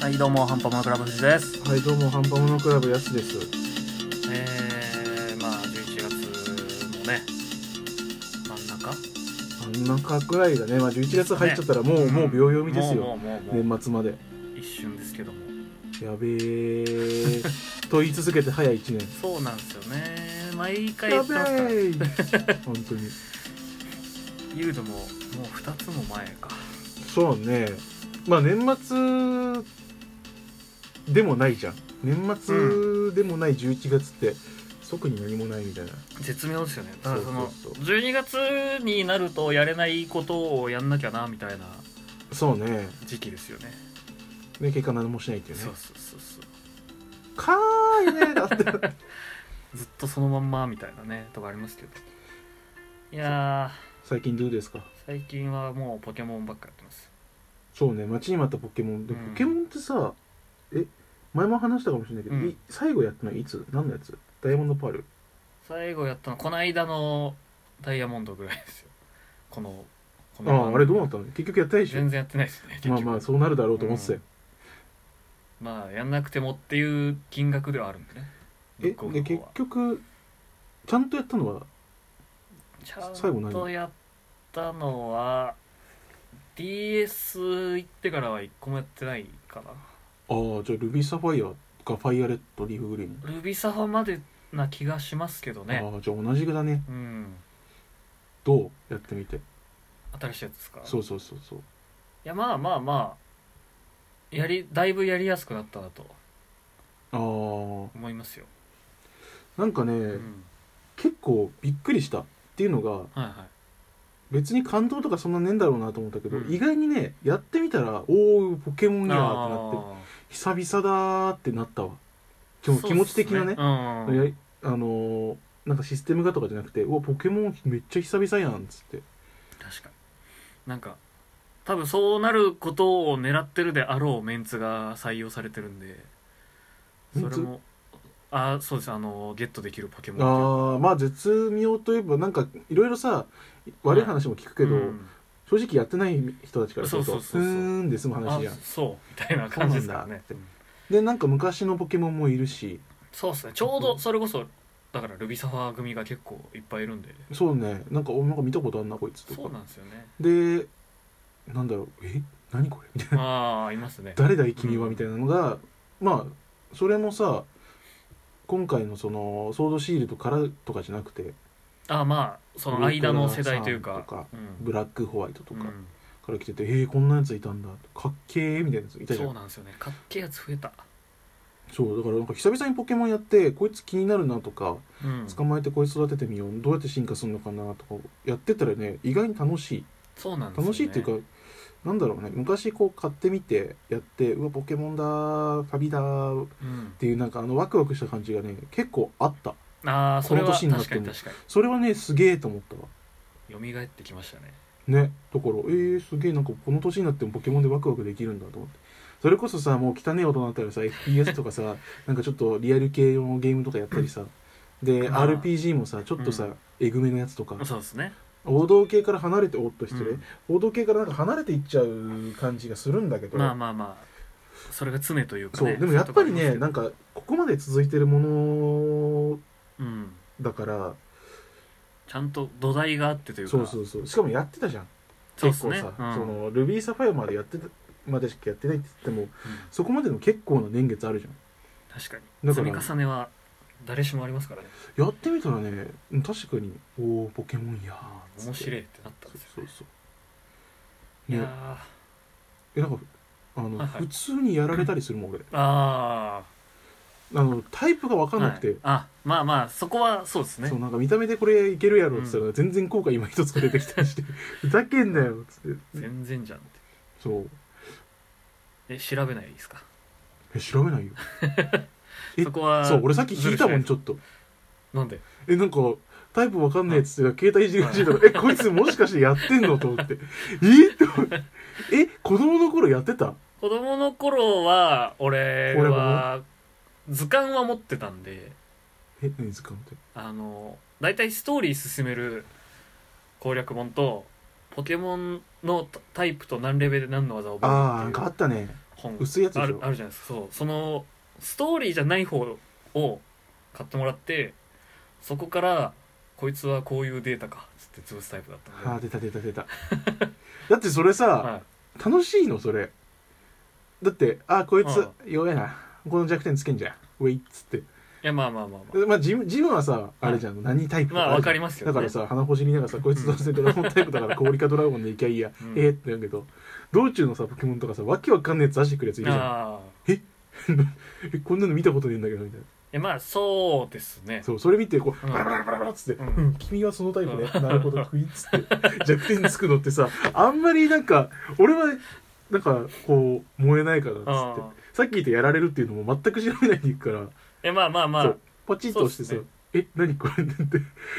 はいどうもハンパマクラブ藤ですはいどうもハンパモノクラブやすですえー、まあ11月もね真ん中真ん中くらいがね、まあ、11月入っちゃったらもう、んもう秒読みでもすようもうもうも年末までう一瞬ですけどもやべ えと言い続けて早い1年そうなんですよね毎回言やってべますからえ本当に言うのももう2つも前かそうねまあ年末でもないじゃん年末でもない11月って特に何もないみたいな絶妙ですよねただそのそうそう12月になるとやれないことをやんなきゃなみたいなそうね時期ですよねね結果何もしないっていうねそうそうそうそうかーいねだってずっとそのまんまみたいなねとかありますけどいや最近どうですかー最近はもうポケモンばっかやってますそうね待ちに待ったポケモンで、うんポケモンってさえ前も話したかもしれないけど、うんい最後やったのいつ何のやつダイヤモンドパール最後やったのこの間のダイヤモンドぐらいですよこのこあのああれどうなったの結局やったでしょ全然やってないですねまあまあそうなるだろうと思ってたよ、まあやんなくてもっていう金額ではあるんでねえブックオフでの方結は局ちゃんとやったのはちゃ最後んと何やったのは DS 行ってからは1個もやってないかなああじゃあルビーサファイアかファイアレッドリーフグリーン、ルビサファまでな気がしますけどねああじゃあ同じだねうんどうやってみて新しいやつですかそういそうそうそうやまあまあまあやりだいぶやりやすくなったなとあ思いますよ、あなんかね、うん、結構びっくりしたっていうのがはいはい別に感動とかそんなねえんだろうなと思ったけど、うん意外にねやってみたらおおポケモンやーってなあって久々だーってなったわでーも気持ち的なねそうっすねやあのーなんかシステムがとかじゃなくてうわポケモンめっちゃ久々やんっつってうん確かになんか多分そうなることを狙ってるであろうメンツが採用されてるんでメそンれツもあーそうですあのゲットできるポケモンああまあ絶妙といえばなんかいろいろさ悪い話も聞くけど、うん正直やってない人たちからするそとうそうそうそうーんで済むあ話じゃんそうみたいな感じですからねそううんでなんか昔のポケモンもいるしそうですねちょうどそれこそだからルビサファー組が結構いっぱいいるんでそうねなんかおなんか見たことあんなこいつとそうかなんですよねでなんだろうえ何これ みたいなまあいますね誰だい君はうんみたいなのが、まあそれもさ今回のそのソードシールドからとかじゃなくてあーまあその間の世代というかブラックさんとかうんブラックホワイトとかうんから来てて、えー、こんなやついたんだかっけーみたいなやついたじゃそうんなんですよねかっけえやつ増えた、そうだからなんか久々にポケモンやってこいつ気になるなとかうん、捕まえてこいつ育ててみようどうやって進化するのかなとかやってたらね意外に楽しいそうなんですよ、ね、楽しいっていうか、なんだろうね昔こう買ってみてやってうわポケモンだーファビだーうんっ、ていうなんかあのワクワクした感じがね結構あったああそれはこの年確になってかにも確かそれはねすげえと思ったわに蘇ってきましたねねだからえー、すげえなんかこの年になってもポケモンでワクワクできるんだと思ってそれこそさもう汚ねえ大人だったらさ FPS とかさ なんかちょっとリアル系のゲームとかやったりさでまあ RPG もさちょっとさ、うんえぐめのやつとかそうですね王道系から離れておっと失礼、うん王道系からなんか離れていっちゃう感じがするんだけど、まあまあまあそれが常というかそうねでもやっぱりねそういうとこあなりんかここまで続いてるもますのけどうんだからちゃんと土台があってというかそうそうそうしかもやってたじゃんそうっ結す構ねさ、うんそのルビーサファイアまでやってたまでしかやってないって言ってもうんそこまでの結構な年月あるじゃ確かにだ積からみ重ねは誰しもありますからねんやってみたらね確かに「おおポケモンやあーー面白いいってなったんそでうすよそうそういやねえなんかあの、はいはい普通にやられたりするもん俺ーああのタイプが分あかんなくて、あまあまあそこはそうですねそうなんか見た目でこれいけるやろっつったら、全然効果今一つか出てきたりしてふざけんなよっつって全然じゃんってそうえ調べないですかえ調べないよえそこはそう俺さっき聞いたもんずちょっとるしないなんでえなんかタイプわかんないっつって携帯いじりがちとかえこいつもしかしてやってんのと思って えって思ってえ子供の頃やってた子供の頃は俺俺はも図鑑は持ってたんでえ何図鑑ってあの大体ストーリー進める攻略本とポケモンのタイプと何レベルで何の技をああな覚えるってんかいあうったね本薄いやつでしょあるあるじゃないですかそうそのストーリーじゃない方を買ってもらってそこからこいつはこういうデータかつって潰すタイプだったあんーで、出た出た出ただってそれさ、はい、楽しいのそれだってあーこいつあ弱えなこの弱点つけんじゃんウェイっつっていやまあまあまあまあでまあジムジムはさあれじゃん、何タイプまあるじゃんわかりますよねだからさ鼻ほじりながらさこいつどうせドラゴンタイプだから氷かドラゴンでいきゃいいや、うんええってなるけど道中のさポケモンとかさわけわかんないやつ出してくるやついるじゃんああえこんなの見たことねえんだけどみたーいないやまあそうですねそうそれ見てこう、うんバラバラバラバラっつって、うんうん君はそのタイプね、なるほどクイっつって弱点つくのってさあんまりなんか俺はなんかこう燃えないからっつあってさっき言ったやられるっていうのも全く調べないでいくから、ーえまあまあまあそいうパチッと押してさ、そうっえ何これって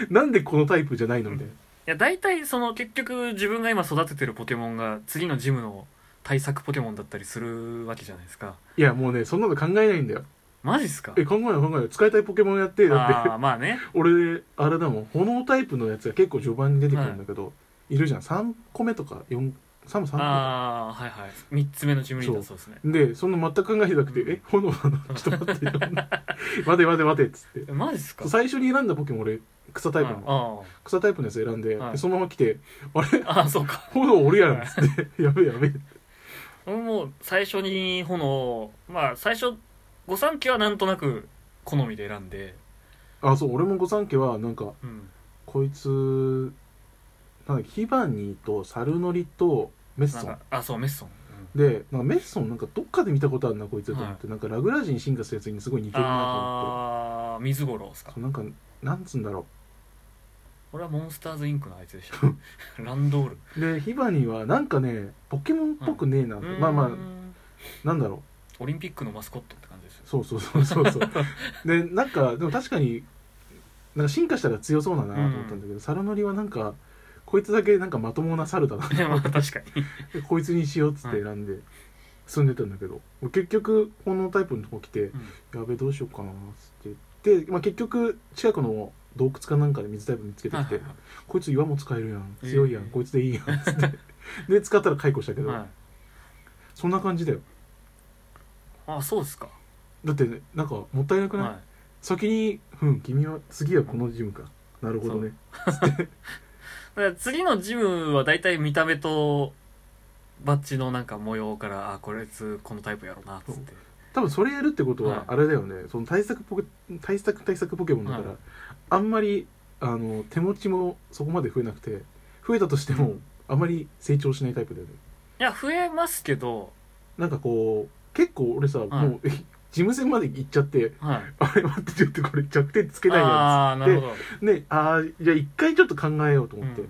なんでこのタイプじゃないのみたいな、や大体その結局自分が今育ててるポケモンが次のジムの対策ポケモンだったりするわけじゃないですかいやもうねそんなの考えないんだよマジっすかえ考えない考えない使いたいポケモンやってだってああまあ ね俺あれだもん炎タイプのやつが結構序盤に出てくるんだけど、い、るじゃん3個目とか4 3も3個目ああはいはい3つ目のジムリーダーそうですねでそんな全く考えてなくて「うんえ炎な のちょっと待って」 待て待て待て」っつってえマジっすか最初に選んだポケモン俺草タイプなのあ草タイプのやつ選んで、はいでそのまま来て「あれ あああそうか炎おるやん」っつって「 やべえやべえ」俺もう最初に炎まあ最初御三家はなんとなく好みで選んであそう俺も御三家はなんかうんこいつなんだっけヒバニーとサルノリとメッなんソンかあそうメッソン、うんでなんかメッソンなんかどっかで見たことあるなこいつとはい思って、なんかラグラジに進化するやつにすごい似てるなと思ってああ水五郎ですかそうなんかなんつうんだろ俺はモンスターズインクのあいつでしたね ランドールうでヒバニーはなんかねポケモンっぽくねえなって、まあうーまんあなんだろオリンピックのマスコットって感じですようそうそうそうそ うそうでなんかでも確かになんか進化したら強そうだなと思ったんだけど、サルノリはなんかこいつだけなんかまともな猿だないや まあ確かにでこいつにしようっつって選んで住んでたんだけど、結局このタイプのとこ来て、やべどうしようかなっつってで、まあ、結局近くの洞窟かなんかで水タイプ見つけてきて、こいつ岩も使えるやん強いやん、ええこいつでいいやんっつって で使ったら解雇したけど、はいそんな感じだよあそうですかだって、ね、なんかもったいなくない、は先に「うん君は次はこのジムか」なるほどねいだから次のジムは大体見た目とバッジのなんか模様からあこれつこのタイプやろうなっつって多分それやるってことははいあれだよね、その対策ポケ対策対策ポケモンだから、はいあんまりあの手持ちもそこまで増えなくて増えたとしても、うんあまり成長しないタイプだよねいや増えますけどなんかこう結構俺さ、もうえ事務戦まで行っちゃって はいあれ待ってちょっとこれ弱点つけないやああーなるほどつねああじゃあ一回ちょっと考えようとう思って、ん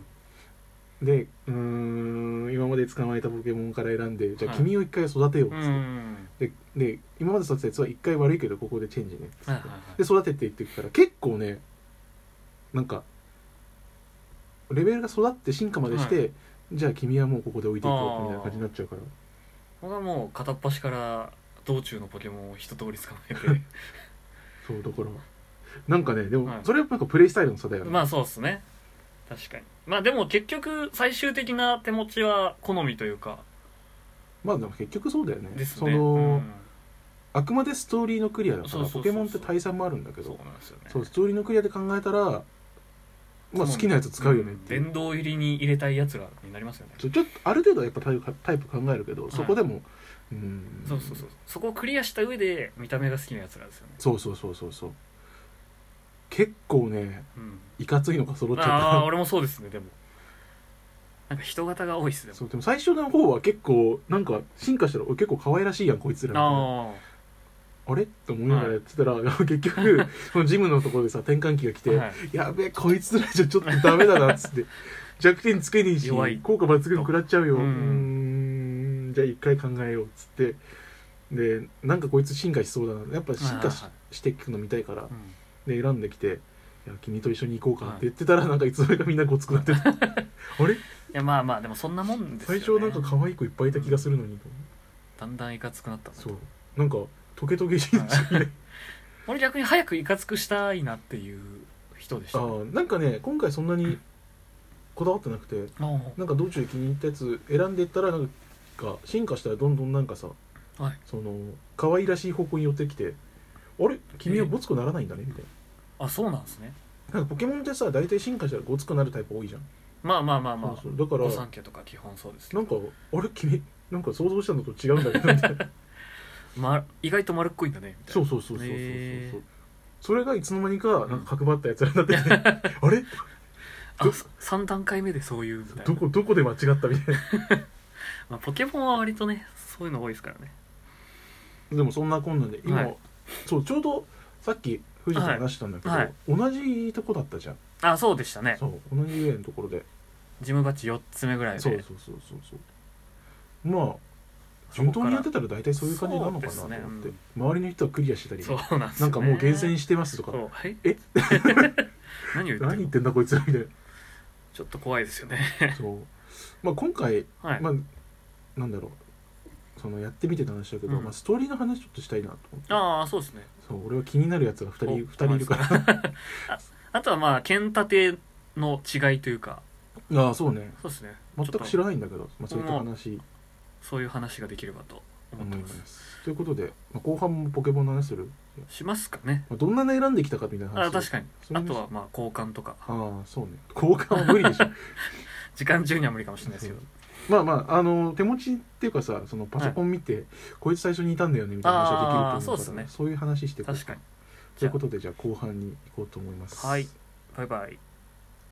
でうーん今まで捕まえたポケモンから選んでじゃあはい君を一回育てようっつうって、んでで今まで育てたやつは一回悪いけどここでチェンジねっつってはいはいはいで育てていっていくから結構ねなんかレベルが育って進化までして、はじゃあ君はもうここで置いていこあーうみたいな感じになっちゃうから僕はもう片っ端から道中のポケモンを一通り捕ま えてそうだからなんかねでもはいそれはなんかプレイスタイルの差だよね、まあそうっすね確かにまあでも結局最終的な手持ちは好みというかまあでも結局そうだよねですねその、うんあくまでストーリーのクリアだかそうらそうそうそうポケモンって対戦もあるんだけどそうなんですよねそうストーリーのクリアで考えたらまあ好きなやつ使うよねっていう、殿堂入りに入れたいやつらになりますよねちょちょっとある程度はやっぱタイプタイプ考えるけどそこでも、うんそうそうそうそこをクリアした上で見た目が好きなやつらですよねそうそうそうそうそう結構ねうんいかついのが揃っちああーゃっ俺もそうですねでもなんか人型が多いっすねたそうでも最初の方は結構なんか進化したらお結構可愛らしいやんこいつらみたいなああれって思いながらやってたら、 結局そのジムのところでさ転換期が来あ、て、はい、やべえこいつらじゃちょっとダメだなっつって弱点つけねえし弱い効果抜群食らっちゃうよううーんんじゃあ一回考えようっつってでなんかこいつ進化しそうだなやっぱ進化し,、はいはいはしていくの見たいからうんで選んできて「いや君と一緒に行こうか」って言ってたら、なんかいつの間にかみんなごつくな ってたあれいやまあまあでもそんなもんですよ、最ね、初なんか可愛い子いっぱいいた気がするのに、だんだんいかつくなったんだそうなんかトゲトゲしいし俺逆に早くいかつくしたいなっていう人でしあた、ね、ーなんかね今回そんなにこだわってなくてあなんか道中で気に入ったやつ選んでったらなんか進化したらどんどんなんかさはいその可愛らしい方向に寄ってきて「あれ君はごつくならないんだね」みたいあそうなんですねななんかポケモンってさ大体進化したらごつくなるタイプ多いじゃん、まあまあまあまあそうそうだから御三家とか基本そうですけなどんか「あれ君なんか想像したのと違うんだけど」みたいなま、意外と丸っこいんだねみたいなそうそうそうそうそうそう、へーそれがいつの間にかなんか角張ったやつらになって きてあれあ3段階目でそういうみたいどな、こどこで間違ったみたいなまあ、ポケモンは割とねそういうの多いですからねでもそんなこんなんで今、はいそうちょうどさっき藤田さん話してたんだけど、はい同じとこだったじゃんあそうでしたねそう同じぐらいのところでジムバッジ4つ目ぐらいでそうそうそうそうそうまあ順当にやってたら大体そういう感じなのかなとそ思って、うですね周りの人はクリアしてたりそうなんですよ、ね、なんかもう厳選してますとそかうはい え何を言って何る言っのてんだこいつらみたいちょっと怖いですよねなそう、まあ、今回、はい、 まあ、なんだろうそのやってみての話だけど、うんまあ、ストーリーの話ちょっとしたいなと思ってああそうですねそう俺は気になるやつが2人お二人いるから あとはまあ剣盾の違いというか ああそうねそうですね全く知ららないんだけど、まあ、そういった話そういう話ができればと思って思いまます、すということで、まあ、後半もポケモンの話する、しますかねまあ、どんなの選んできたかみたいな話あ確かにそれあにとはまあ交換とかああそうね交換は無理でしょ 時間中には無理かもしれないですけどまあまああの手持ちっていうかさそのパソコン見て、こいつ最初にいたんだよねみたいな話ができると思うからあーそうですねそういう話してこう確かにということでじゃあ後半に行こうと思いますはいバイバイ